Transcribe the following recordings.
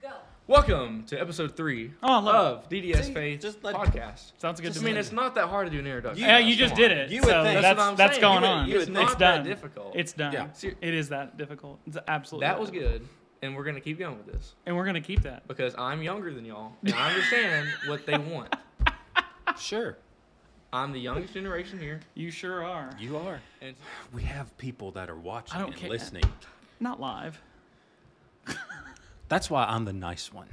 Go. Welcome to episode three Oh, I love of DDS See, Faith just let- podcast. Sounds good I to mean, me. it's not that hard to do an introduction. yeah, guys, you just come did on. it. You- so would That's think- that's, what I'm that's saying. going You would- on. you would it's not it's that done. difficult. It's done. Yeah. See- It is that difficult. It's absolutely. That was difficult. good, and we're gonna keep going with this And we're gonna keep that. because I'm younger than y'all, and I understand what they want. Sure, I'm the youngest generation here, You sure are. you are. and We have people that are watching I don't and care. listening. Not live. That's why I'm the nice one.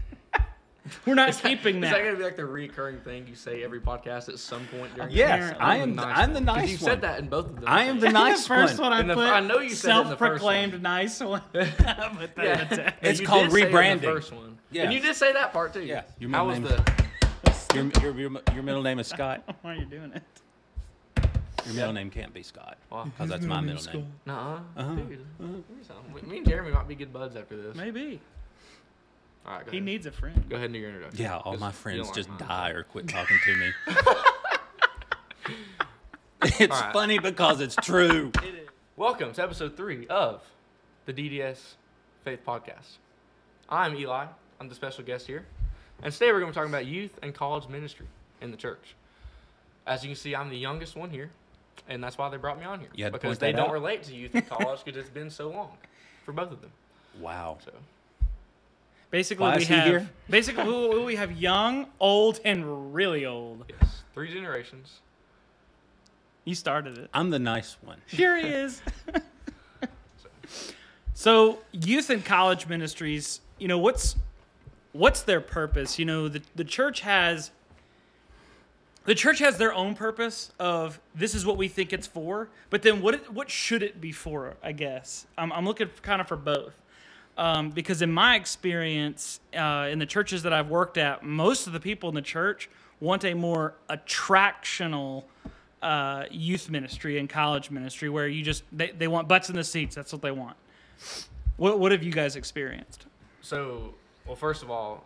We're not keeping is that. that gonna be like the recurring thing you say every podcast at some point during? Yes, I am. the nice I'm the one. 'Cause nice You one. said that in both of them. I am the nice the first one. one, I, In the- put, I know you said it in the first self-proclaimed nice one. but Yeah. that's it. And It's you called did say it in the rebranding. First one. Yeah. And you did say that part too. Yeah. Your How middle was name- the? Your, your, your, your middle name is Scott. Why are you doing it? Your middle name can't be Scott Wow. because that's my middle name. Nuh-uh. Uh-huh. Dude. Here's something. Me and Jeremy might be good buds after this. Maybe All right, go he ahead. needs a friend. Go ahead and do your introduction. Yeah, all 'Cause my you friends don't like just mine. die or quit talking to me. it's All right. funny because it's true. Welcome to episode three of the DDS Faith Podcast. I'm Eli. I'm the special guest here. And today we're going to be talking about youth and college ministry in the church. As you can see, I'm the youngest one here, and that's why they brought me on here. You had to because point they that don't out? relate to youth in college because it's been so long for both of them. Wow. So Basically, Why we is he have E here? basically we, we have young, old, and really old. yes, three generations. You started it. I'm the nice one. Here he is. so youth and college ministries, you know, what's what's their purpose? You know, the, the church has the church has their own purpose of this is what we think it's for, but then what it, what should it be for? I guess I'm, I'm looking kind of for both um, because in my experience uh, in the churches that I've worked at, most of the people in the church want a more attractional uh, youth ministry and college ministry where you just they, they want butts in the seats. That's what they want. What what have you guys experienced? So, well, first of all,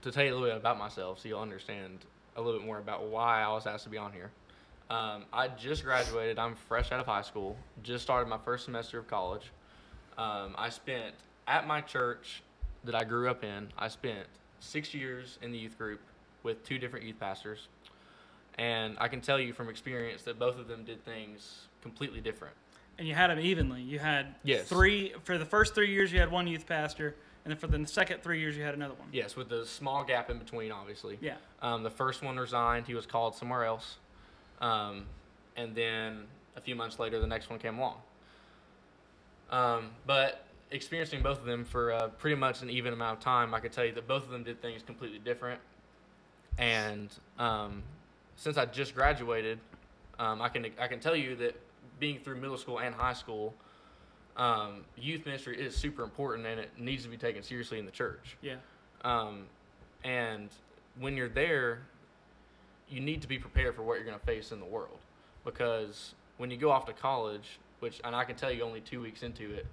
to tell you a little bit about myself, so you'll understand a little bit more about why I was asked to be on here. Um, I just graduated. I'm fresh out of high school. Just started my first semester of college. Um, I spent at my church that I grew up in. I spent six years in the youth group with two different youth pastors, and I can tell you from experience that both of them did things completely different. And you had them evenly. You had Yes. three for the first three years. You had one youth pastor, and then for the second three years, you had another one. Yes, with the small gap in between, obviously. Yeah. Um, the first one resigned. He was called somewhere else. Um, and then a few months later, the next one came along. Um, but experiencing both of them for uh, pretty much an even amount of time, I could tell you that both of them did things completely different. And um, since I just graduated, um, I can I can tell you that being through middle school and high school, um, youth ministry is super important and it needs to be taken seriously in the church. Yeah. Um, and when you're there, you need to be prepared for what you're going to face in the world. Because when you go off to college, which, and I can tell you only two weeks into it,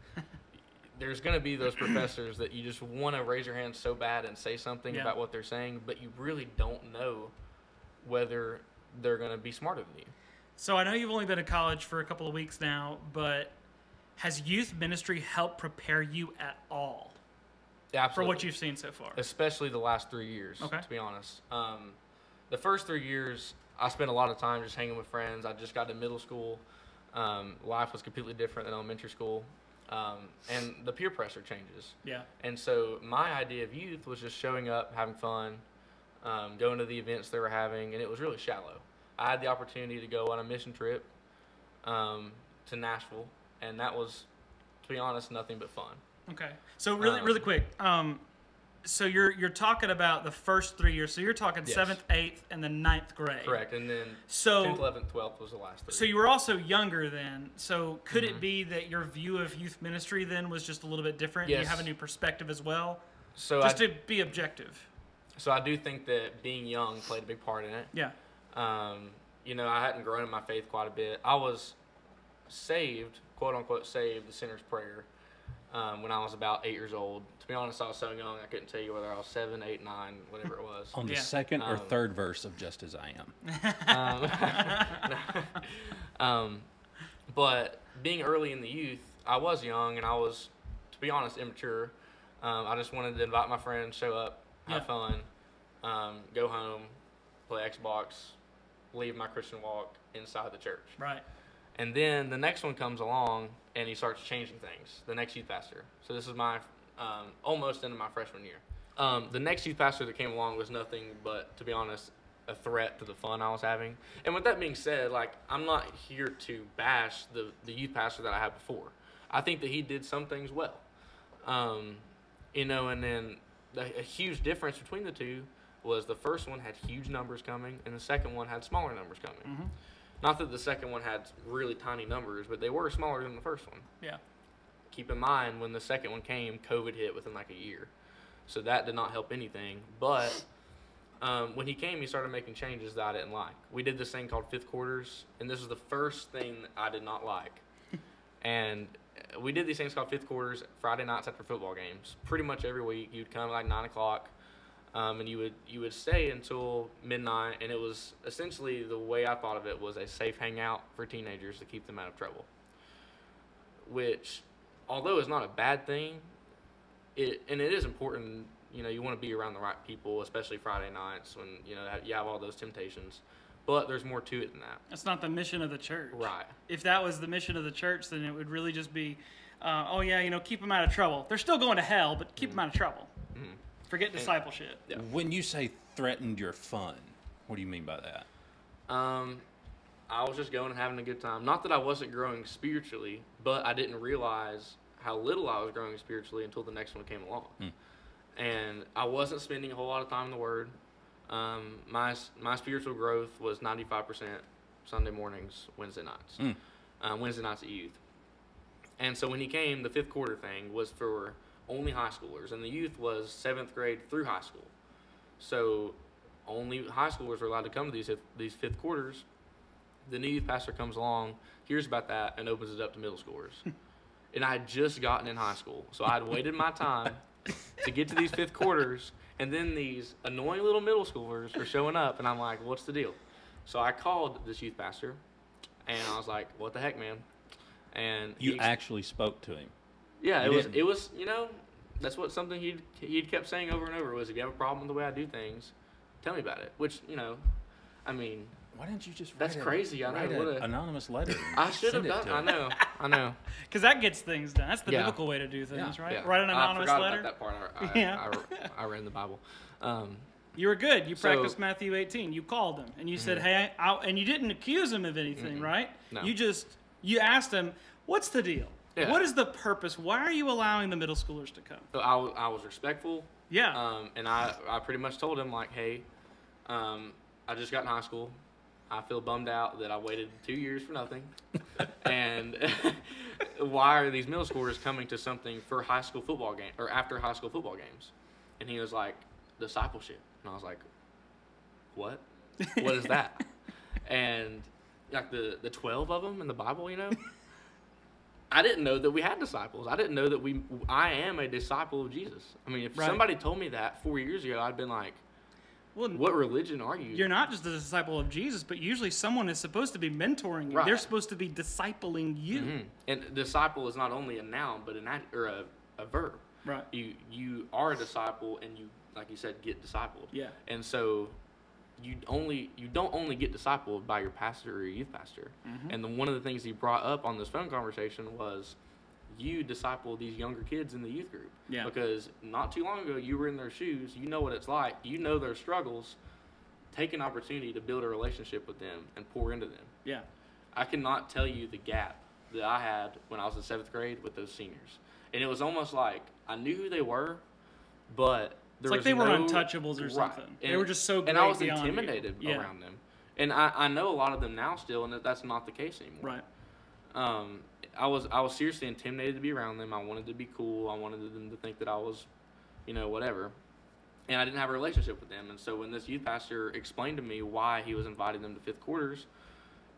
there's going to be those professors that you just want to raise your hand so bad and say something Yeah. about what they're saying, but you really don't know whether they're going to be smarter than you. So I know you've only been in college for a couple of weeks now, but has youth ministry helped prepare you at all for Absolutely. what you've seen so far? especially the last three years. Okay. To be honest, um, the first three years I spent a lot of time just hanging with friends. I just got to middle school. Um, life was completely different than elementary school, um, and the peer pressure changes. Yeah. And so my idea of youth was just showing up, having fun, um, going to the events they were having, and it was really shallow. I had the opportunity to go on a mission trip um, to Nashville, and that was, to be honest, nothing but fun. Okay. So really, Um, really quick. Um, so you're you're talking about the first three years. So you're talking Yes. seventh, eighth, and then ninth grade. Correct. And then So 10th, 11th, 12th was the last three. so you were also younger then. So could Mm-hmm. it be that your view of youth ministry then was just a little bit different? and You Yes. have a new perspective as well. So Just I, to be objective. so I do think that being young played a big part in it. Yeah. Um, you know, I hadn't grown in my faith quite a bit. I was saved, quote unquote, saved the sinner's prayer um, when I was about eight years old. To be honest, I was so young I couldn't tell you whether I was seven, eight, nine, whatever it was. On the Yeah. second or Um, third verse of Just As I Am. Um, but being early in the youth, I was young and I was, to be honest, immature. Um, I just wanted to invite my friends, show up, have Yeah. fun, um, go home, play Xbox, leave my Christian walk inside the church. Right. And then the next one comes along and he starts changing things. The next youth pastor. So this is my um, almost into my freshman year. Um, the next youth pastor that came along was nothing but, to be honest, a threat to the fun I was having. And with that being said, like I'm not here to bash the the youth pastor that I had before. I think that he did some things well. Um, you know, and then a, a huge difference between the two was the first one had huge numbers coming, and the second one had smaller numbers coming. Not that the second one had really tiny numbers, but they were smaller than the first one. Yeah. Keep in mind, when the second one came, COVID hit within like a year. So that did not help anything. But um, when he came, he started making changes that I didn't like. We did this thing called fifth quarters, and this was the first thing that I did not like. and uh, we did these things called fifth quarters Friday nights after football games. Pretty much every week, you'd come at like nine o'clock, um, and you would you would stay until midnight. And it was essentially the way I thought of it was a safe hangout for teenagers to keep them out of trouble. Which, although is not a bad thing, it and it is important. You know, you want to be around the right people, especially Friday nights when you know you have all those temptations. But there's more to it than that. That's not the mission of the church. Right. If that was the mission of the church, then it would really just be, uh, oh yeah, you know, keep them out of trouble. They're still going to hell, but Mm. keep them out of trouble. Forget discipleship. Yeah. When you say threatened your fun, what do you mean by that? Um, I was just going and having a good time. Not that I wasn't growing spiritually, but I didn't realize how little I was growing spiritually until the next one came along. And I wasn't spending a whole lot of time in the Word. Um, my my spiritual growth was ninety five percent Sunday mornings, Wednesday nights, Mm. uh, Wednesday nights at youth. And so when he came, the fifth quarter thing was for only high schoolers, and the youth was seventh grade through high school. So only high schoolers were allowed to come to these these fifth quarters. The new youth pastor comes along, hears about that, and opens it up to middle schoolers. and I had just gotten in high school, so I had waited my time to get to these fifth quarters, and then these annoying little middle schoolers are showing up, and I'm like, "What's the deal?" So I called this youth pastor, and I was like, "What the heck, man?" And You he ex- actually spoke to him. yeah, it You was. didn't. It was. You know, that's what something he'd he'd kept saying over and over was, if you have a problem with the way I do things, tell me about it. Which you know, I mean, Why didn't you just? That's write a- crazy, I know, write what an a- anonymous letter. and I should have send it done. to I him? know. I know. Because that gets things done. That's the Yeah. biblical way to do things, right? Yeah. Write an anonymous I forgot letter. About that part. I, I, Yeah. I, I read in the Bible. Um, You were good. You So- Mm-hmm. practiced Matthew 18. You called him and you said, "Hey," I, and you didn't accuse him of anything, right? No. You just you asked him, "What's the deal? Yeah. What is the purpose? Why are you allowing the middle schoolers to come?" so I, wa- I was respectful. Yeah. Um, and I, I pretty much told him like, hey, um, I just got in high school. I feel bummed out that I waited two years for nothing. and why are these middle schoolers coming to something for high school football game or after high school football games? And he was like, discipleship. And I was like, what? What is that? and like the the twelve of them in the Bible, you know. I didn't know that we had disciples. I didn't know that we. I am a disciple of Jesus. I mean, if Right. somebody told me that four years ago, I'd been like, well, "What religion are you?" you're not just a disciple of Jesus, but usually someone is supposed to be mentoring you. They're Right. supposed to be discipling you. Mhm. And disciple is not only a noun, but an ad- or a, a verb. Right. You you are a disciple, and you like you said, get discipled. Yeah. And so you only you don't only get discipled by your pastor or your youth pastor. Mm-hmm. And the, one of the things he brought up on this phone conversation was you disciple these younger kids in the youth group. Yeah. Because not too long ago you were in their shoes, you know what it's like, you know their struggles. Take an opportunity to build a relationship with them and pour into them. Yeah. I cannot tell you the gap that I had when I was in seventh grade with those seniors. And it was almost like I knew who they were, but there like was they were no- untouchables or something. They were just so And I great was beyond you. intimidated Yeah. around them. And I, I know a lot of them now still, and that that's not the case anymore. Right. Um, I was I was seriously intimidated to be around them. I wanted to be cool. I wanted them to think that I was, you know, whatever. And I didn't have a relationship with them. And so when this youth pastor explained to me why he was inviting them to fifth quarters,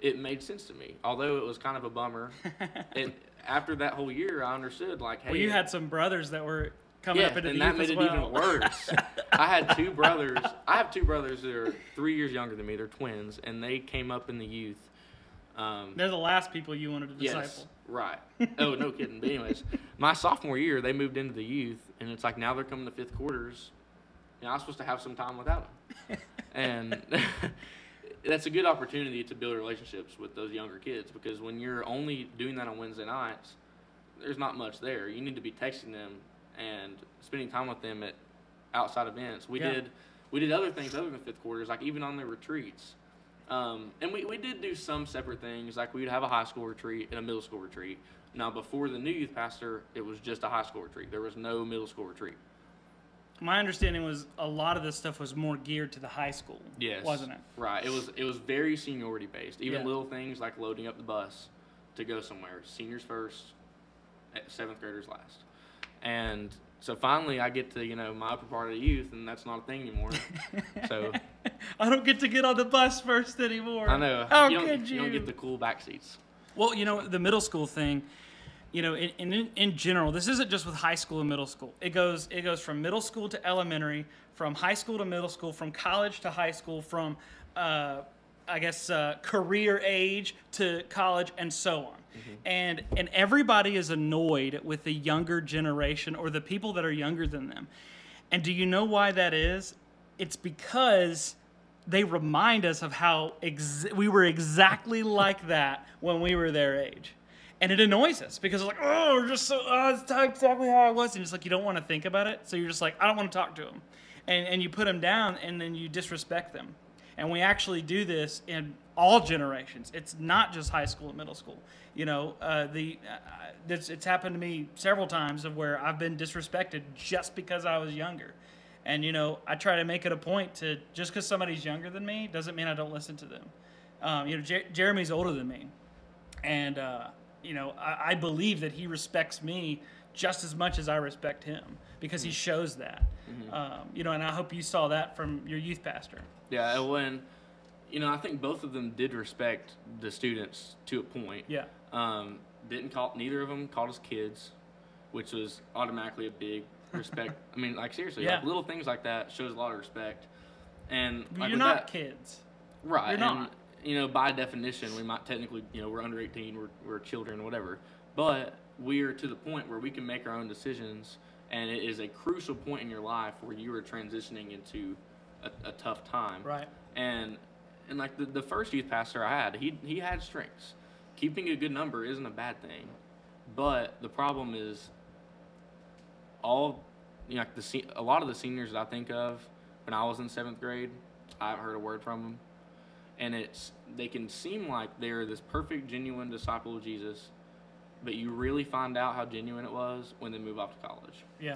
it made sense to me. Although it was kind of a bummer. and after that whole year, I understood like, hey, Well, you had some brothers that were coming yeah, up into and the that youth made as it well. even worse. I had two brothers. I have two brothers that are three years younger than me. They're twins, and they came up in the youth. Um, They're the last people you wanted to Yes. disciple. Right. Oh, no kidding. But anyways, my sophomore year, they moved into the youth, and it's like now they're coming to fifth quarters, and I was supposed to have some time without them. And that's a good opportunity to build relationships with those younger kids because when you're only doing that on Wednesday nights, there's not much there. You need to be texting them and spending time with them at outside events. We Yeah. did we did other things other than fifth quarters, like even on the retreats. Um, and we, we did do some separate things, like we would have a high school retreat and a middle school retreat. Now, before the new youth pastor, it was just a high school retreat. There was no middle school retreat. My understanding was a lot of this stuff was more geared to the high school. Yes. Wasn't it? Right. It was it was very seniority based. Even Yeah. little things like loading up the bus to go somewhere. Seniors first, eh, seventh graders last. And so finally I get to, you know, my upper part of the youth and that's not a thing anymore. so I don't get to get on the bus first anymore. I know How you, don't, could Oh, you? you don't get the cool back seats. Well, you know, the middle school thing, you know, in, in, in general, this isn't just with high school and middle school. It goes it goes from middle school to elementary, from high school to middle school, from college to high school, from uh, I guess uh, career age to college, and so on. And and everybody is annoyed with the younger generation or the people that are younger than them. And do you know why that is? It's because they remind us of how ex- we were exactly like that when we were their age. And it annoys us because it's like, oh, we're just so, oh, it's not exactly how I was. And it's like, you don't want to think about it. So you're just like, I don't want to talk to them. And, and you put them down and then you disrespect them. And we actually do this in all generations. It's not just high school and middle school. You know, uh, the uh, it's, it's happened to me several times of where I've been disrespected just because I was younger. And you know, I try to make it a point to just because somebody's younger than me doesn't mean I don't listen to them. Um, you know, Jer- Jeremy's older than me, and uh, you know, I-, I believe that he respects me just as much as I respect him because he shows that. Um, you know, and I hope you saw that from your youth pastor. Yeah, and when you know, I think both of them did respect the students to a point. Yeah, Um, didn't call neither of them called us kids, which was automatically a big respect. I mean, like seriously, like Yeah. little things like that shows a lot of respect. And like, you're with not that- kids. right. you're and, not. You know, by definition, we might technically, you know, we're under eighteen, we're we're children, whatever. But we are to the point where we can make our own decisions, and it is a crucial point in your life where you are transitioning into a, a tough time Right. and and like the, the first youth pastor I had, he he had strengths. Keeping a good number isn't a bad thing, but the problem is all you know, like the se- a lot of the seniors that I think of when I was in seventh grade, I haven't heard a word from them, and it's they can seem like they're this perfect, genuine disciple of Jesus, but you really find out how genuine it was when they move off to college Yeah,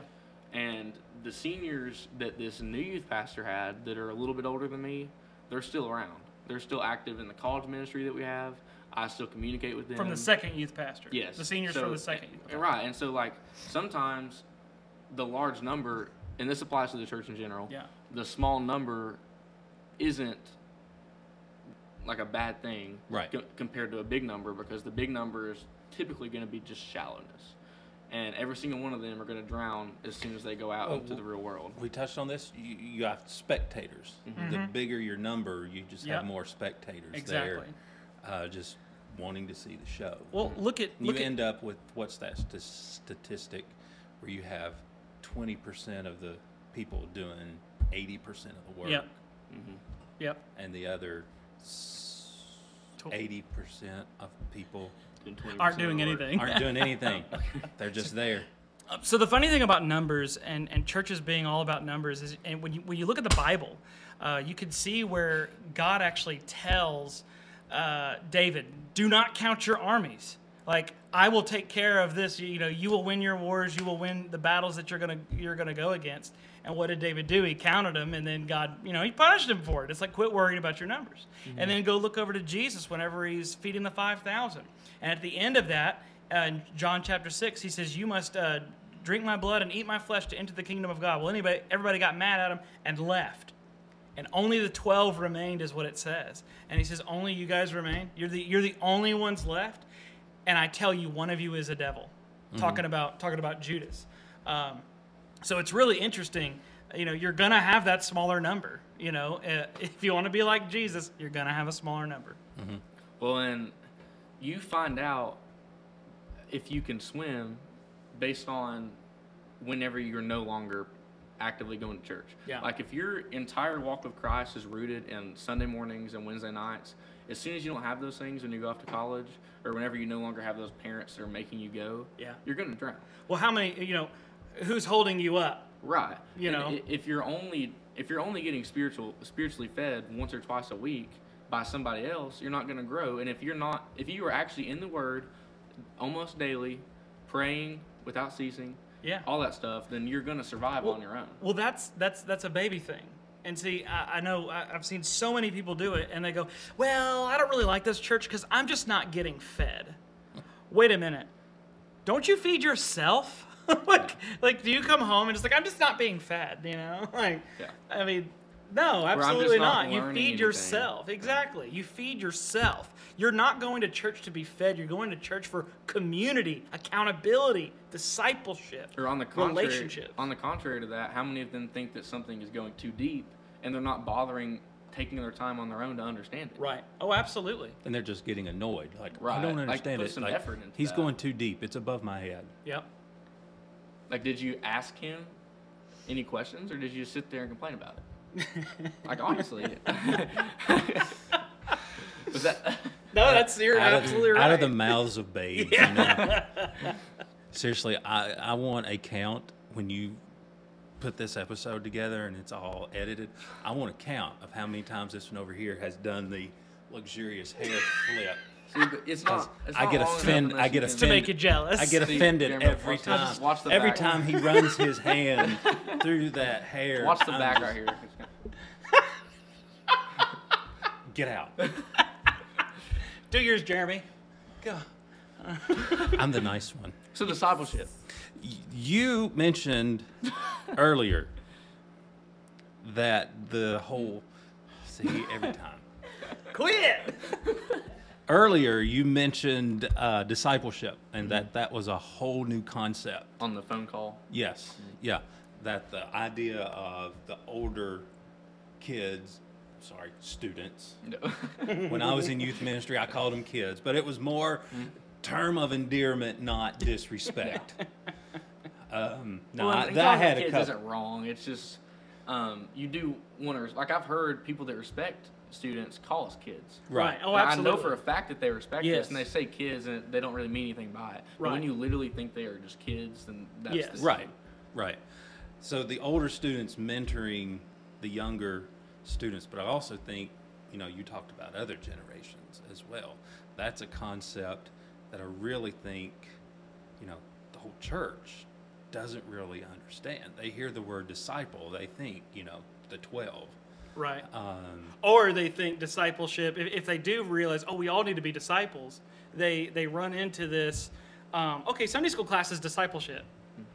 and the seniors that this new youth pastor had that are a little bit older than me, they're still around. They're still active in the college ministry that we have. I still communicate with them from the second youth pastor. Yes, the seniors So- from the second. Youth pastor. Right, and so like sometimes the large number, and this applies to the church in general. Yeah. The small number isn't like a bad thing Right. co- compared to a big number because the big number is typically going to be just shallowness. And every single one of them are going to drown as soon as they go out Oh, into the real world. We touched on this. You, you have spectators. Mm-hmm. The bigger your number, you just Mm-hmm. Yep. have more spectators Exactly. there, uh, just wanting to see the show. Well, look at you look at end up with what's that st- statistic where you have 20% of the people doing 80% of the work Yep. Mm-hmm. yep. and the other s- Tw- 80% of people Aren't doing anything. aren't doing anything. They're just there. So the funny thing about numbers and, and churches being all about numbers is, and when you when you look at the Bible, uh, you can see where God actually tells uh, David, "Do not count your armies. Like I will take care of this. You know, you will win your wars. You will win the battles that you're gonna you're gonna go against." And what did David do? He counted them, and then God, you know, he punished him for it. It's like quit worrying about your numbers, and then go look over to Jesus whenever he's feeding the five thousand. And at the end of that, uh, in John chapter six, he says, "You must." Uh, drink my blood and eat my flesh to enter the kingdom of God. Well, anybody, everybody got mad at him and left. And only the 12 remained is what it says. And he says, only you guys remain. You're the, you're the only ones left. And I tell you, one of you is a devil. Talking about, talking about Judas. Um, so it's really interesting. You know, you're going to have that smaller number. You know, Uh, if you want to be like Jesus, you're going to have a smaller number. Well, and you find out if you can swim based on whenever you're no longer actively going to church. Yeah. Like if your entire walk with Christ is rooted in Sunday mornings and Wednesday nights, as soon as you don't have those things when you go off to college or whenever you no longer have those parents that are making you go, Yeah. you're going to drown. Well, how many? You know, who's holding you up? Right. You And know? i- if you're only if you're only getting spiritual spiritually fed once or twice a week by somebody else, you're not going to grow. And if you're not if you are actually in the word almost daily, praying without ceasing, Yeah. all that stuff, then you're going to survive on your own. Well, that's that's that's a baby thing. And see, I, I know I, I've seen so many people do it, and they go, "Well, I don't really like this church because I'm just not getting fed." Wait a minute, don't you feed yourself? like, like, do you come home and just like, I'm just not being fed? You know, like, Yeah. I mean, no, I'm just absolutely not not. You feed learning anything. yourself. Exactly. You feed yourself. You're not going to church to be fed. You're going to church for community, accountability, discipleship, Or on the contrary, relationship. on the contrary to that, how many of them think that something is going too deep and they're not bothering taking their time on their own to understand it? Right. Oh, absolutely. and they're just getting annoyed. Like Right, I don't like, understand put it. some like effort into he's that. going too deep. It's above my head. Yep. Like, did you ask him any questions, or did you just sit there and complain about it? like, honestly, was that? No, that's you're out absolutely of, right. out of the mouths of babes. you know? Seriously, I, I want a count when you put this episode together and it's all edited. I want a count of how many times this one over here has done the luxurious hair flip. See, but it's not. 'Cause It's I not get long enough offend- unless I get you can- to offend- make you jealous. I get See, offended Jeremy, every watch the- time. just watch the every back. time he runs his hand through that hair. Watch the I'm back just- right here. Get out. Do yours, Jeremy. Go. I'm the nice one. So discipleship. you mentioned earlier that the whole see every time Quit. earlier you mentioned uh, discipleship and that that was a whole new concept On the phone call, yes Mm-hmm. yeah that the idea of the older kids sorry students no. when i was in youth ministry i called them kids but it was more Mm-hmm. term of endearment not disrespect um, no Well, I, and that I calling them had a kids couple isn't wrong. It's just um, you do want to like I've heard people that respect students call us kids. Right. Oh, Like, absolutely. I know for a fact that they respect Yes. us, and they say kids, and they don't really mean anything by it. But Right. when you literally think they are just kids, then that's Yes. the sin. Right, right. So the older students mentoring the younger students, but I also think, you know, you talked about other generations as well. That's a concept that I really think, you know, the whole church doesn't really understand. They hear the word disciple, they think, you know, the 12. Right. Um, Or they think discipleship. If, if they do realize, oh, we all need to be disciples, they they run into this. Um, okay, Sunday school class is discipleship.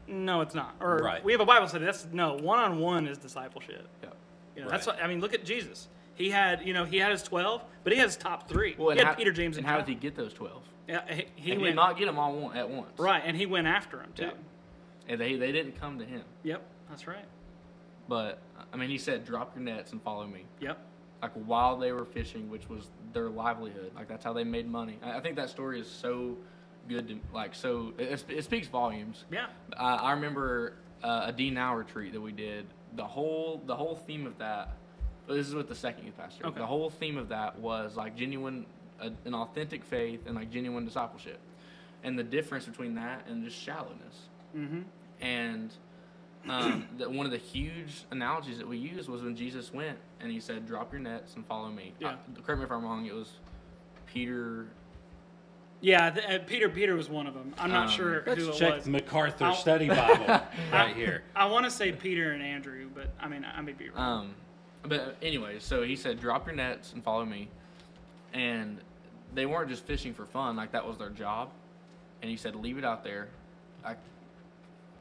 No, it's not. Or Right. we have a Bible study. That's no one on one is discipleship. Yeah. You know, that's Right. what I mean. Look at Jesus. He had, you know, he had his twelve, but he had his top three. Well, and he had how- Peter, James, and, and how John. did he get those twelve? Yeah, he, he He went did not get them all one, at once. right, and he went after him too. Yeah. And they they didn't come to him. Yep, that's right. But I mean, he said, "Drop your nets and follow me." Yep. Like while they were fishing, which was their livelihood. Like that's how they made money. I, I think that story is so good. To, like so, it, it sp- it speaks volumes. Yeah. I I remember uh, a Dean Hour retreat that we did. The whole the whole theme of that. This is with the second youth pastor. Okay. The whole theme of that was like genuine, uh, an authentic faith and like genuine discipleship, and the difference between that and just shallowness. Mm-hmm. And um, that one of the huge analogies that we used was when Jesus went and he said, "Drop your nets and follow me." Yeah. I- correct me if I'm wrong. It was Peter. Yeah, th- uh, Peter Peter was one of them. I'm not Um, sure who let's it check was. the MacArthur I'll- Study Bible right here. I want to say Peter and Andrew, but I mean, I may be wrong. Um, but anyway, so he said, "Drop your nets and follow me," and they weren't just fishing for fun; like that was their job. And he said, "Leave it out there." I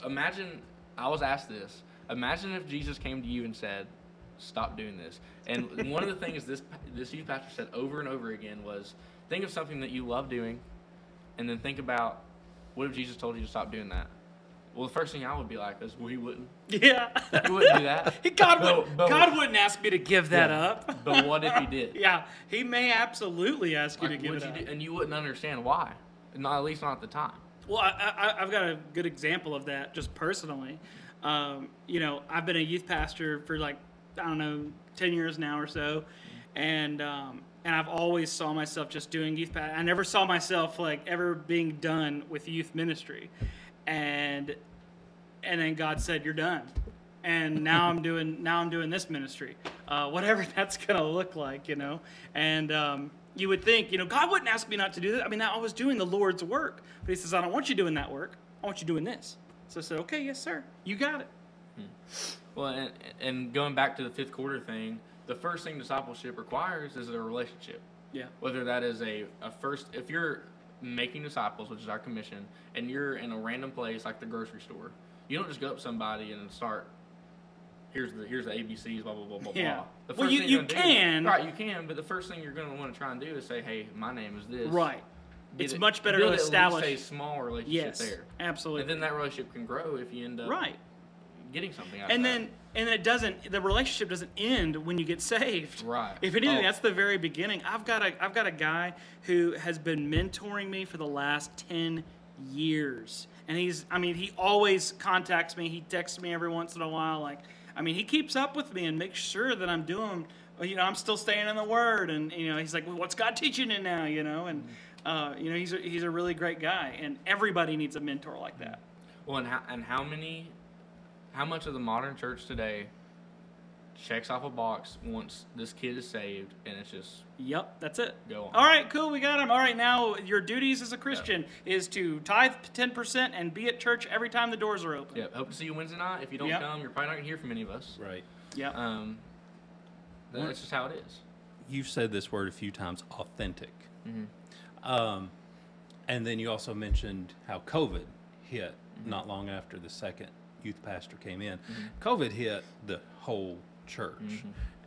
imagine. I was asked this. Imagine if Jesus came to you and said, "Stop doing this." And one of the things this this youth pastor said over and over again was, "Think of something that you love doing, and then think about what if Jesus told you to stop doing that." Well, the first thing I would be like is, "Well, he wouldn't. yeah. He wouldn't do that." God But- would but- God wouldn't ask me to give that Yeah. up. but what if he did? Yeah, he may absolutely ask you Like, to give would it you up. do- and you wouldn't understand why, not at least not at the time. Well, I, I, I've got a good example of that just personally. Um, you know, I've been a youth pastor for like I don't know ten years now or so, and um, and I've always saw myself just doing youth. Pa- I never saw myself like ever being done with youth ministry, and and then God said, "You're done." And now I'm doing now I'm doing this ministry, uh, whatever that's gonna look like, you know. And um, you would think, you know, God wouldn't ask me not to do that. I mean, I was doing the Lord's work, but He says, "I don't want you doing that work. I want you doing this." So I said, "Okay, yes, sir. You got it." Well, and, and going back to the fifth quarter thing, the first thing discipleship requires is a relationship. Yeah. Whether that is a, a first, if you're making disciples, which is our commission, and you're in a random place like the grocery store, you don't just go up to somebody and start. Here's the here's the ABCs, blah blah blah blah Yeah. blah. The Well, first you- thing you you're gonna do- can. right? You can, but the first thing you're going to want to try and do is say, "Hey, my name is this." Right. Get It's it- much better build to at least establish. a small relationship Yes. there, and Absolutely. then that relationship can grow if you end up right. getting something out And of then and it doesn't the relationship doesn't end when you get saved. Right. If anything, Oh. that's the very beginning. I've got a I've got a guy who has been mentoring me for the last ten years. And he's I mean, he always contacts me, he texts me every once in a while, like I mean he keeps up with me and makes sure that I'm doing you know, I'm still staying in the word and you know, he's like, well, what's God teaching you now? you know, and Mm-hmm. uh, you know, he's a, he's a really great guy and everybody needs a mentor like that. Well, and how, and how many, how much of the modern church today checks off a box once this kid is saved and it's just Yep, that's it. Go on. All right, cool. We got him. All right, now your duties as a Christian is to tithe ten percent and be at church every time the doors are open. yeah. Hope to see you Wednesday night. If you don't Yep. come, you're probably not gonna hear from any of us. Right. Yep. Um, One- that's just how it is. You've said this word a few times authentic. Um, and then you also mentioned how COVID hit not long after the second youth pastor came in. COVID hit the whole church.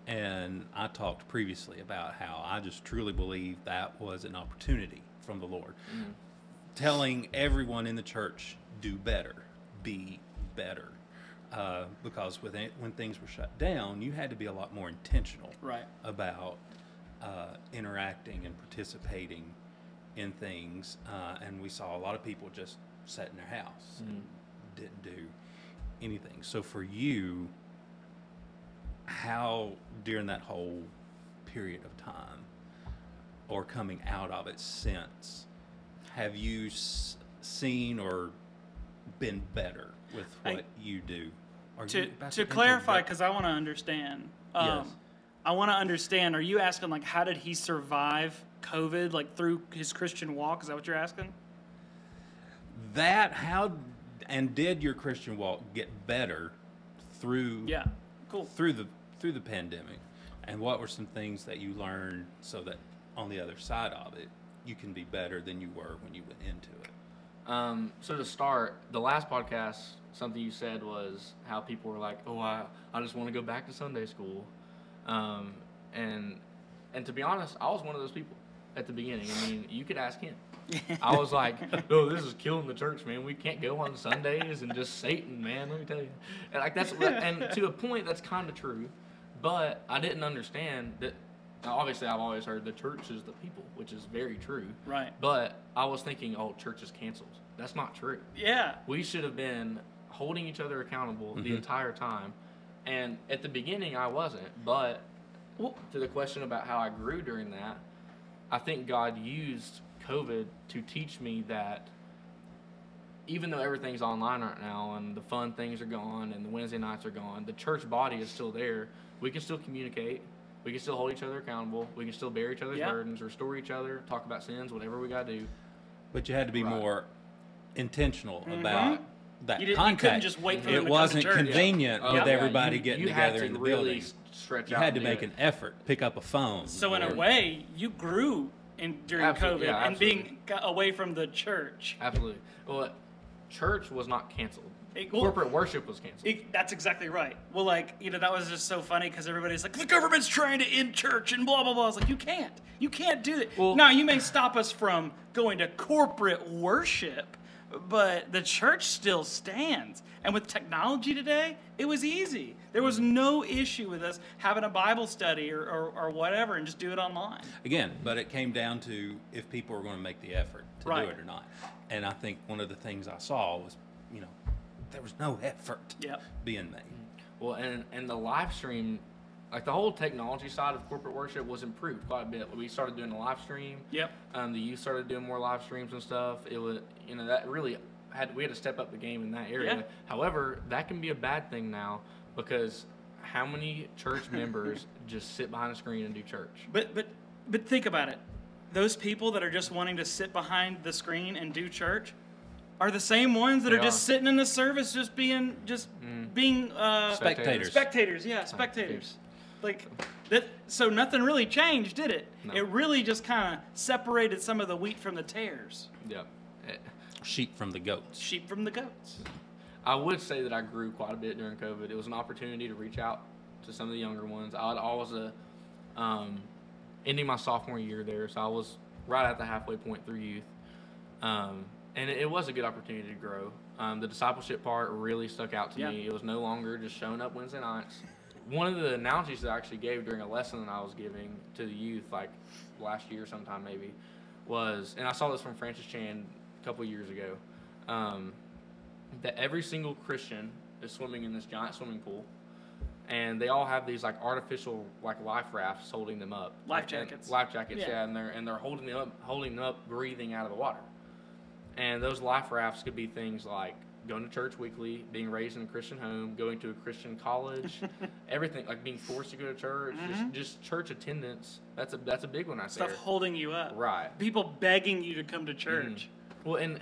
And I talked previously about how I just truly believe that was an opportunity from the Lord. Telling everyone in the church, do better, be better. Uh, because with, it- when things were shut down, you had to be a lot more intentional Right. about uh, interacting and participating in things, uh, and we saw a lot of people just sat in their house and Mm-hmm. didn't do anything. So for you, how during that whole period of time, or coming out of it since, have you s- seen or been better with I- what you do? Are to you about to enter clarify, rep- because I want to understand. Um, Yes. I want to understand. Are you asking like how did he survive COVID, like through his Christian walk? Is that what you're asking? Mm-hmm. that how and did your christian walk get better through Yeah. Cool. through the through the pandemic and what were some things that you learned so that on the other side of it you can be better than you were when you went into it Um, so to start, the last podcast, something you said was how people were like, "Oh, I, I just want to go back to Sunday school," um, and and to be honest, I was one of those people at the beginning. I mean, you could ask him. I was like, "No, this is killing the church, man. We can't go on Sundays and just Satan, man. Let me tell you." And like that's and to a point, that's kind of true, but I didn't understand that. now, Obviously, I've always heard the church is the people, which is very true. Right. But I was thinking, oh, church is canceled. That's not true. Yeah. We should have been holding each other accountable the entire time. And at the beginning, I wasn't. But to the question about how I grew during that, I think God used COVID to teach me that even though everything's online right now and the fun things are gone and the Wednesday nights are gone, the church body is still there. We can still communicate. We can still hold each other accountable. We can still bear each other's Yeah. burdens, restore each other, talk about sins, whatever we got to do. but you had to be Right. more intentional about that Mm-hmm. You didn't- you couldn't contact just wait for them it to come to wasn't church. convenient Oh, with yeah, everybody you- getting you had together to in the really building Stretch you out had to and do make it. an effort pick up a phone So in a or- way, you grew in during Absolute- COVID yeah, and being g- away from the church. Absolutely. Well, church was not canceled. It- well- Corporate worship was canceled. It, that's exactly right. Well, like you know, that was just so funny because everybody's like, the government's trying to end church and blah blah blah. I was like, you can't, you can't do that. Well- now you may stop us from going to corporate worship, but the church still stands. And with technology today, it was easy. There was no issue with us having a Bible study or, or, or whatever and just do it online. Again, but it came down to if people were going to make the effort to Right. do it or not. And I think one of the things I saw was, you know, there was no effort Yep. being made. Well, and and the live stream, like the whole technology side of corporate worship was improved quite a bit. We started doing the live stream. Yep. Um, the youth started doing more live streams and stuff. It was, you know, that really had we had to step up the game in that area. Yeah. However, that can be a bad thing now because how many church members just sit behind a screen and do church? But but but think about it. Those people that are just wanting to sit behind the screen and do church are the same ones that They are just are. Mm. sitting in the service, just being just being uh, Spectators. spectators. Yeah, spectators. Like that. So nothing really changed, did it? No. It really just kind of separated some of the wheat from the tares, Yep. Eh, Sheep from the goats. sheep from the goats. I would say that I grew quite a bit during COVID. It was an opportunity to reach out to some of the younger ones. I, I was a, um, ending my sophomore year there, so I was right at the halfway point through youth. Um, and it, it was a good opportunity to grow. Um, the discipleship part really stuck out to Yeah. me. It was no longer just showing up Wednesday nights. One of the analogies that I actually gave during a lesson that I was giving to the youth, like last year sometime maybe, was, and I saw this from Francis Chan a couple years ago. Um, that every single Christian is swimming in this giant swimming pool, and they all have these like artificial like life rafts holding them up. Life Like, and- jackets. Life jackets, Yeah. yeah. and they're and they're holding them up, holding them up, breathing out of the water. And those life rafts could be things like going to church weekly, being raised in a Christian home, going to a Christian college, everything like being forced to go to church, Mm-hmm. just, just church attendance. That's a that's a big one I Stuff there. holding you up. Right. Mm. People begging you to come to church. Well, and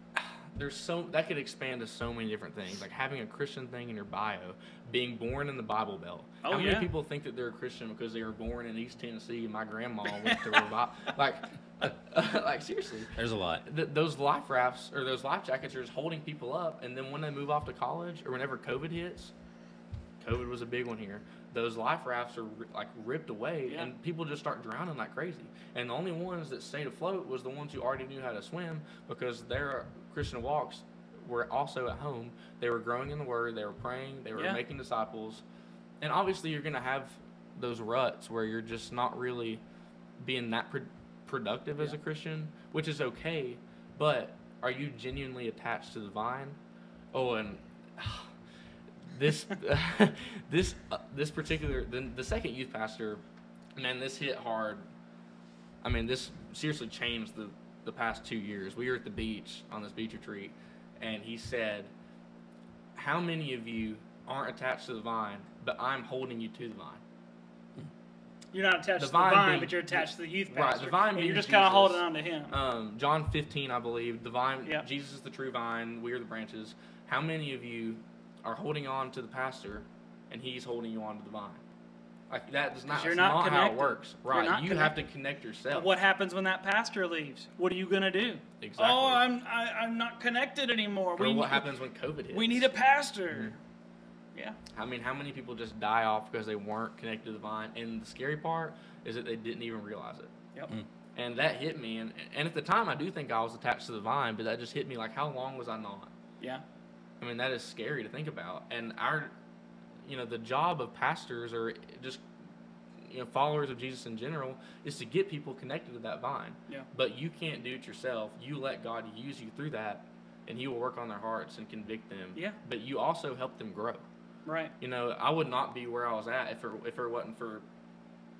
there's so that could expand to so many different things, like having a Christian thing in your bio, being born in the Bible Belt. Oh, How many yeah. people think that they're a Christian because they were born in East Tennessee and my grandma went to revive? Like, like seriously. There's a lot. Th- those life rafts or those life jackets are just holding people up, and then when they move off to college or whenever COVID hits, COVID was a big one here. Those life rafts are ri- like ripped away, Yeah. and people just start drowning like crazy. And the only ones that stayed afloat was the ones who already knew how to swim because their Christian walks were also at home. They were growing in the Word, they were praying, they were Yeah. making disciples, and obviously you're gonna have those ruts where you're just not really being that pro- productive as a Christian, which is okay. But are you genuinely attached to the vine? Oh, and this this uh, this particular the, the second youth pastor man this hit hard i mean this seriously changed the the past two years we were at the beach on this beach retreat and he said how many of you aren't attached to the vine but i'm holding you to the vine You're not attached The to the vine vine, being- but you're attached to the youth Right, the pastor. vine and being you're just kind of Jesus. holding on to him. um, John 15, I believe, the vine, Yep. Jesus is the true vine, we are the branches. How many of you are holding on to the pastor and he's holding you on to the vine? Like, that does not, you're that's not not how it connected. works. You're Right. not You have to connect yourself. What happens when that pastor leaves? What are you gonna do? Exactly. Oh, I'm I, I'm not connected anymore. or we what Mm-hmm. need, happens when COVID hits? We need a pastor. Yeah. I mean, how many people just die off because they weren't connected to the vine? And the scary part is that they didn't even realize it. Yep. And that hit me. And, and at the time, I do think I was attached to the vine, but that just hit me like, how long was I not? Yeah. I mean, that is scary to think about. And our, you know, the job of pastors or just, you know, followers of Jesus in general is to get people connected to that vine. Yeah. But you can't do it yourself. You let God use you through that, and He will work on their hearts and convict them. Yeah. But you also help them grow. Right. You know, I would not be where I was at if it, if it wasn't for,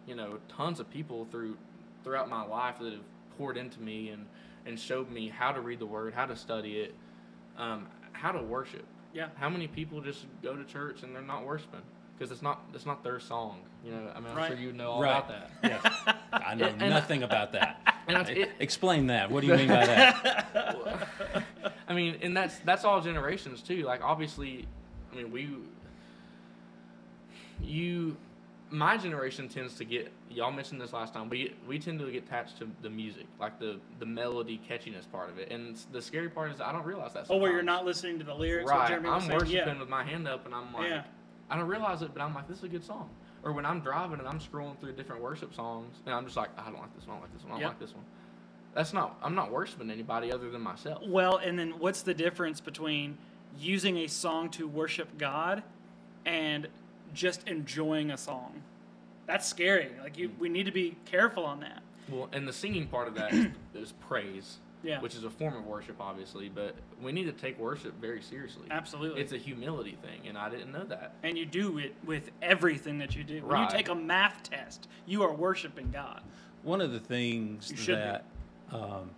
you know, tons of people through throughout my life that have poured into me and and showed me how to read the Word, how to study it, um, how to worship. Yeah. How many people just go to church and they're not worshiping because it's not it's not their song. You know, I mean, I'm Right. sure you know all Right. about that. Yes. I know And- and- nothing about that. And that's it, Explain that. What do you mean by that? I mean, and that's that's all generations too. Like obviously, I mean we, you, my generation tends to get. Y'all mentioned this last time. We we tend to get attached to the music, like the the melody catchiness part of it. And it's- the scary part is I don't realize that. Oh, Sometimes. where you're not listening to the lyrics. what right. Jeremy was I'm saying. worshiping Yeah. with my hand up, and I'm like, Yeah. I don't realize it, but I'm like, this is a good song. Or when I'm driving and I'm scrolling through different worship songs, and I'm just like, I don't like this one. I don't like this one. I don't Yep. like this one. That's not. I'm not worshiping anybody other than myself. Well, and then what's the difference between using a song to worship God and just enjoying a song? That's scary. Like Mm. you, we need to be careful on that. Well, and the singing part of that is, is praise, Yeah. which is a form of worship, obviously. But we need to take worship very seriously. Absolutely. It's a humility thing, and I didn't know that. and you do it with everything that you do. When you Right. take a math test, you are worshiping God. One of the things You should be. that um,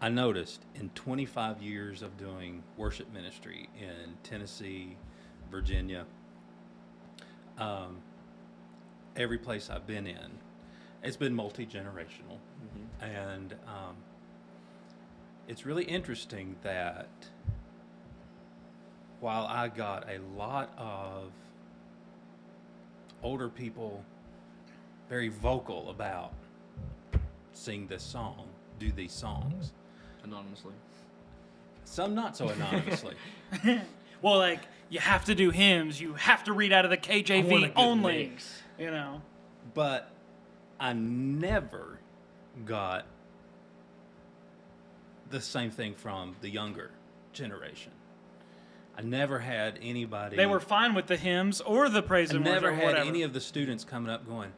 I noticed in 25 years of doing worship ministry in Tennessee, Virginia, um, every place I've been in, it's been multi generational. Mm-hmm. And um, it's really interesting that while I got a lot of older people very vocal about sing this song, do these songs. Anonymously. Some not so anonymously. Well, like you have to do hymns, you have to read out of the I want a KJV good only. mix. You know, but I never got the same thing from the younger generation. I never had anybody. they were fine with the hymns or the praise I and worship. never or had whatever. any of the students coming up going,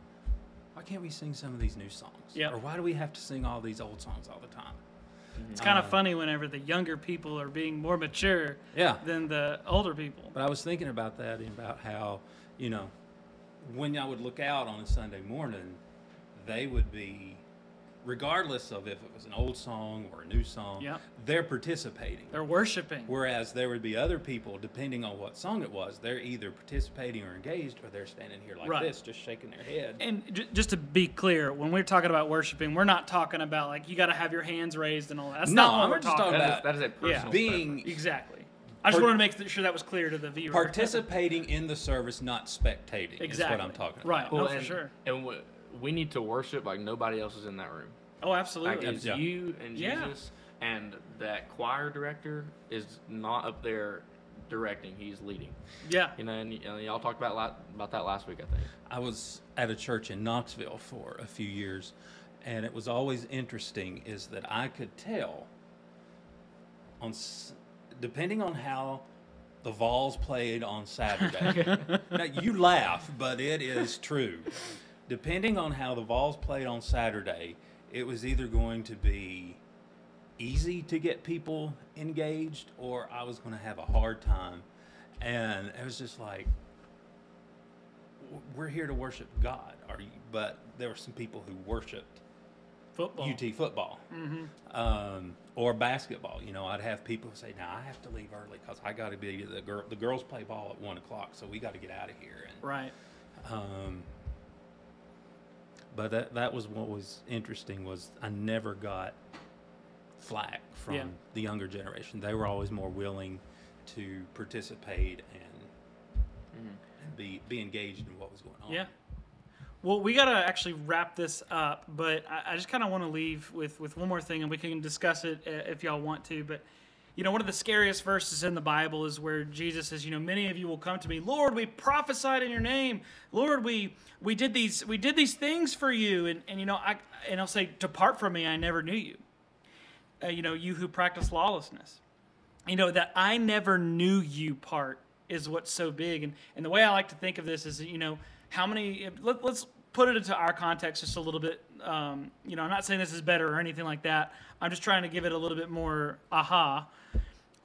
"Why can't we sing some of these new songs? Yeah. Or why do we have to sing all these old songs all the time?" It's kind of funny whenever the younger people are being more mature Yeah. than the older people. But I was thinking about that and about how, you know, when I would look out on a Sunday morning, they would be, regardless of if it was an old song or a new song, Yeah. they're participating. They're worshiping. Whereas there would be other people, depending on what song it was, they're either participating or engaged, or they're standing here like Right. this, just shaking their head. And j- just to be clear, when we're talking about worshiping, we're not talking about like you got to have your hands raised and all that. That's No, not what I'm we're just talking talking That about. is About that is a personal Being Exactly. I just Par- wanted to make th- sure that was clear to the viewer. participating in the service, not spectating, exactly. is what I'm talking about. Right. Well, no, Oh, for and, sure. And we, we need to worship like nobody else is in that room. Oh, Like absolutely. it's Yeah. you and Yeah. Jesus, and that choir director is not up there directing; he's leading. yeah. You know, and, and y'all talked about la- about that last week, I think. I was at a church in Knoxville for a few years, and it was always interesting is that I could tell on s- depending on how the Vols played on Saturday. now you laugh, but it is true. Depending on how the Vols played on Saturday, it was either going to be easy to get people engaged or I was going to have a hard time. And it was just like w- we're here to worship God. Are you? But there were some people who worshipped Football. Mm-hmm. UT football um, or basketball. You know, I'd have people say, "Now I have to leave early because I got to be the girl. The girls play ball at one o'clock, so we got to get out of here." And, Right. um, but that that was what was interesting was I never got flack from Yeah. the younger generation. They were always more willing to participate and be be engaged in what was going on. Mm-hmm. Yeah. Well, we gotta actually wrap this up, but I, I just kind of want to leave with with one more thing, and we can discuss it uh, if y'all want to. But you know, one of the scariest verses in the Bible is where Jesus says, "You know, many of you will come to me, Lord, we prophesied in your name, Lord, we we did these we did these things for you," and and you know, I and I'll say, "Depart from me, I never knew you." Uh, you know, you who practice lawlessness you know that i never knew you part is what's so big and and the way i like to think of this is that, you know how many let, let's put it into our context just a little bit um, you know i'm not saying this is better or anything like that i'm just trying to give it a little bit more aha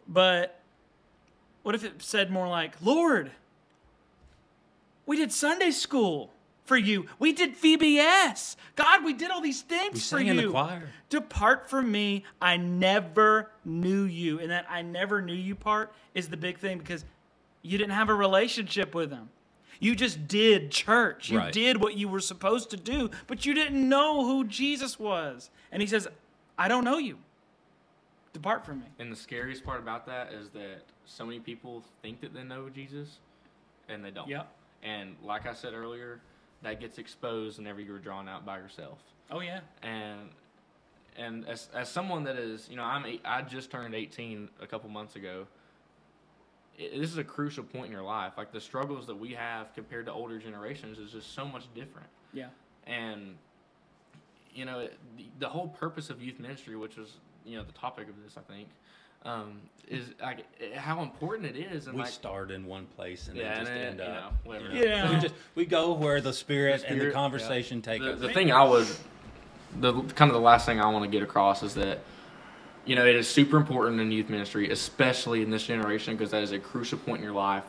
but what if it said more like lord we did sunday school for you we did vbs god we did all these things We for sang you in the choir. Depart from me, I never knew you. And that I never knew you part is the big thing because you didn't have a relationship with him. You just did church. You Right. did what you were supposed to do, but you didn't know who Jesus was. And he says, I don't know you. Depart from me. And the scariest part about that is that so many people think that they know Jesus, and they don't. Yep. And like I said earlier, that gets exposed whenever you're drawn out by yourself. Oh, yeah. and and as as someone that is, you know, I'm eight, I just turned 18 a couple months ago. i this is a crucial point in your life. Like the struggles that we have compared to older generations is just so much different, Yeah. and you know, it, the, the whole purpose of youth ministry, which is you know the topic of this, I think, um, is like it- how important it is. And we like, start in one place and Yeah, then and just it- end you up. know, whatever. Yeah. We just we go where the spirit, The and spirit, the yeah. conversation take the, us. the thing I was, the kind of the last thing I want to get across is that, you know, it is super important in youth ministry, especially in this generation, because that is a crucial point in your life.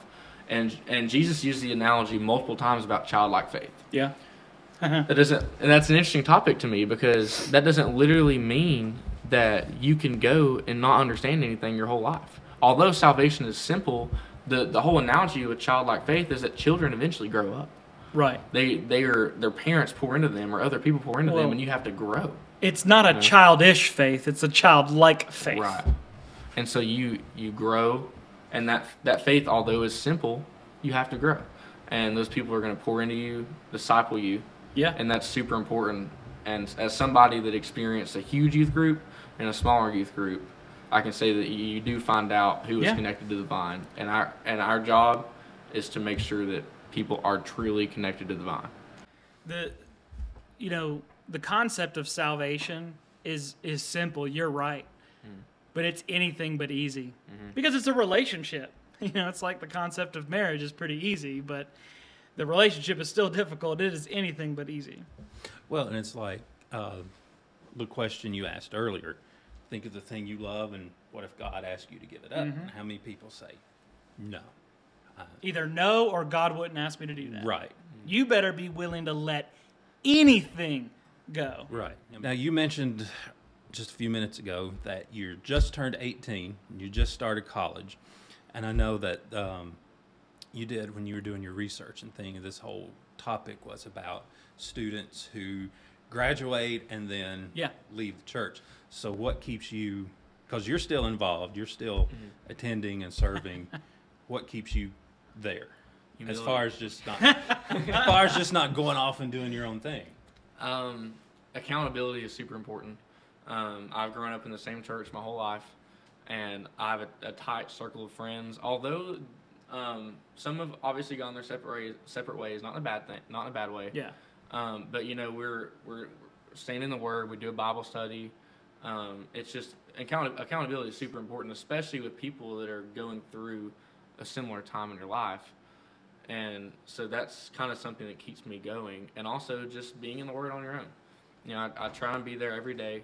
And and Jesus used the analogy multiple times about childlike faith. Yeah. That doesn't, and that's an interesting topic to me because that doesn't literally mean that you can go and not understand anything your whole life. Although salvation is simple, the the whole analogy with childlike faith is that children eventually grow up. Right. They they are their parents pour into them or other people pour into Well- them, and you have to grow. It's not a childish faith, it's a childlike faith. Right. And so you you grow, and that that faith, although is simple, you have to grow, and those people are going to pour into you, disciple you, Yeah. and that's super important. And as somebody that experienced a huge youth group and a smaller youth group, I can say that you do find out who is Yeah. connected to the vine, and our and our job is to make sure that people are truly connected to the vine. the you know the concept of salvation is is simple you're right Hmm. but it's anything but easy Mm-hmm. because it's a relationship you know it's like the concept of marriage is pretty easy but the relationship is still difficult it is anything but easy Well, and it's like uh, the question you asked earlier. Think of the thing you love, and what if God asked you to give it up? And how many people say, no? either no or god wouldn't ask me to do that Right, you better be willing to let anything go right. Now, you mentioned just a few minutes ago that you're just turned 18, you just started college, and I know that um, you did when you were doing your research and thing, this whole topic was about students who graduate and then Yeah. leave the church. So what keeps you because you're still involved, you're still attending and serving, what keeps you there? As Humility. far as just not as far as just not going off and doing your own thing. Um, accountability is super important. Um, I've grown up in the same church my whole life, and I have a, a tight circle of friends. Although um, some have obviously gone their separate separate ways, not in a bad thing, not in a bad way. yeah Um, but you know, we're we're staying in the Word. We do a Bible study. Um, it's just account- accountability is super important, especially with people that are going through a similar time in your life. And so that's kind of something that keeps me going, and also just being in the Word on your own. You know, I, I try and be there every day.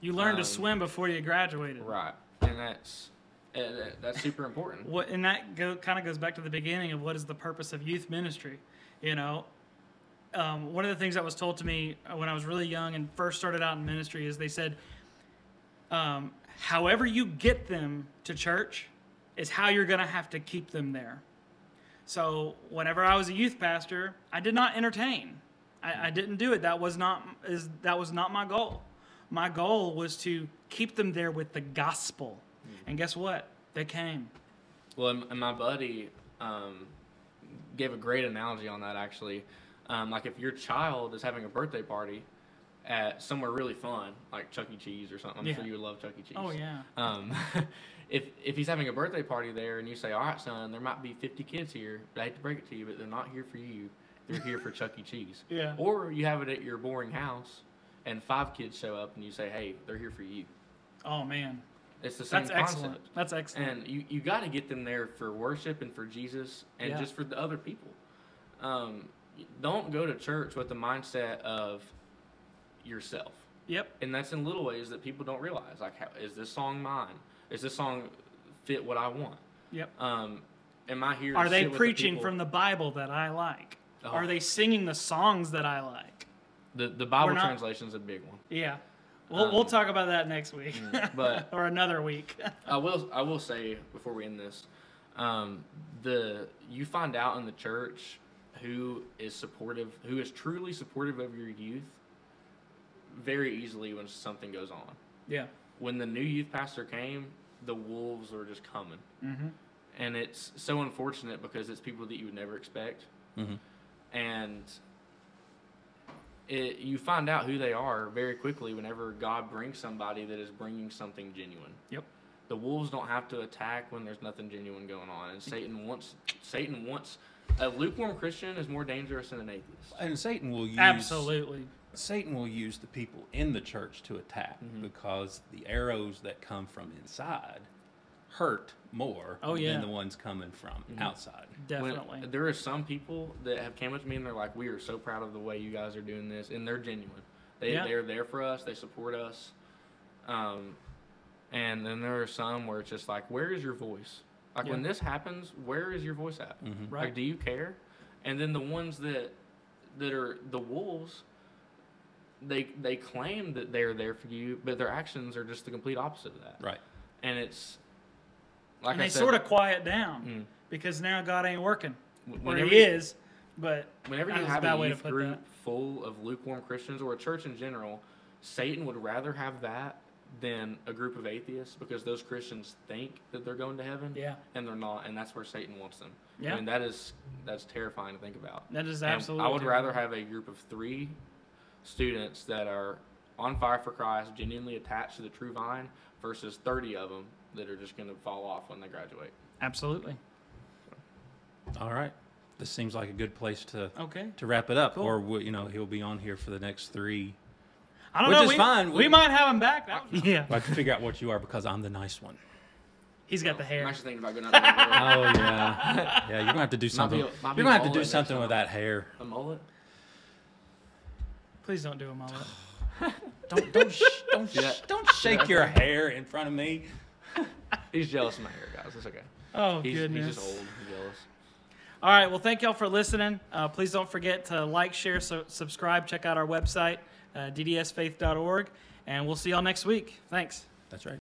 you learned Um, to swim before you graduated Right, and that's eh, that- that's super important. what and that go kind of goes back to the beginning of what is the purpose of youth ministry you know um, one of the things that was told to me uh, when i was really young and first started out in ministry is they said um, however you get them to church is how you're going to have to keep them there so whenever i was a youth pastor i did not entertain i, I didn't do it that was not is that was not my goal my goal was to keep them there with the gospel and guess what they came Well, and and my buddy um, gave a great analogy on that actually. Um, like if your child is having a birthday party at somewhere really fun, like Chuck E. Cheese or something, I'm Yeah. sure you would love Chuck E. Cheese. Oh yeah. Um, if if he's having a birthday party there and you say, "All right, son, there might be 50 kids here," but I hate to break it to you, but they're not here for you. They're here for Chuck E. Cheese. Yeah. Or you have it at your boring house, and five kids show up, and you say, "Hey, they're here for you." Oh man. It's the same That's concept. excellent. That's excellent. And you, you got to get them there for worship and for Jesus and Yeah. just for the other people. Um, don't go to church with the mindset of yourself. yep. And that's in little ways that people don't realize. Like, how, is this song mine? Is this song fit what I want? Yep. Um, am I here? to Are they sit with preaching the from the Bible that I like? Oh. Are they singing the songs that I like? the the, the Bible We're not- translation's a big one. Yeah. We'll, we'll talk about that next week, Um, mm, but- or another week. I will. I will say before we end this, um, the you find out in the church who is supportive, who is truly supportive of your youth, very easily when something goes on. yeah. When the new youth pastor came, the wolves were just coming, Mhm. and it's so unfortunate because it's people that you would never expect, Mhm. and it you find out who they are very quickly whenever God brings somebody that is bringing something genuine Yep. the wolves don't have to attack when there's nothing genuine going on and satan wants satan wants a lukewarm christian is more dangerous than an atheist And Satan will use Absolutely. Satan will use the people in the church to attack Mm-hmm. because the arrows that come from inside hurt more Oh, yeah. Mm-hmm. than the ones coming from outside. When- Definitely. there are some people that have came up to me and they're like, "We are so proud of the way you guys are doing this," and they're genuine. They Yeah. they're there for us. They support us. Um, and then there are some where it's just like, "Where is your voice?" Like when Yeah. this happens, where is your voice at? Like, Right. do you care? And then the ones that that are the wolves, they they claim that they're there for you, but their actions are just the complete opposite of that. Right. And it's like and I they said, sort of quiet down Mm. because now God ain't working. w- Or whenever he you- is, but Whenever That you was a have bad a way to youth put group that. full of lukewarm Christians or a church in general, Satan would rather have that than a group of atheists because those Christians think that they're going to heaven yeah, and they're not, and that's where Satan wants them. Yeah. I mean that is that's terrifying to think about. that is And absolutely. I would terrible. rather have a group of three students that are on fire for Christ, genuinely attached to the true vine, versus thirty of them that are just going to fall off when they graduate. absolutely. All right. This seems like a good place to Okay. to wrap it up, Oh, Cool. or we, you know he'll be on here for the next three. I don't Which know. is we, fine. We, We- might have him back. That was- yeah, I have to figure out what you are because I'm the nice one. he's got the I'm hair. actually thinking about going out to the Oh yeah, yeah. You're gonna have to do something. be- might be you're gonna have to all do in there something with somehow. that hair. a mullet. Please don't do him all that. Don't don't sh- don't sh- Yeah. don't shake your hair in front of me. He's jealous of my hair, guys. It's okay. Oh He's, goodness. he's just old and jealous. All right. Well, thank y'all for listening. Uh, please don't forget to like, share, so, subscribe. Check out our website, uh, ddsfaith.org, and we'll see y'all next week. Thanks. That's right.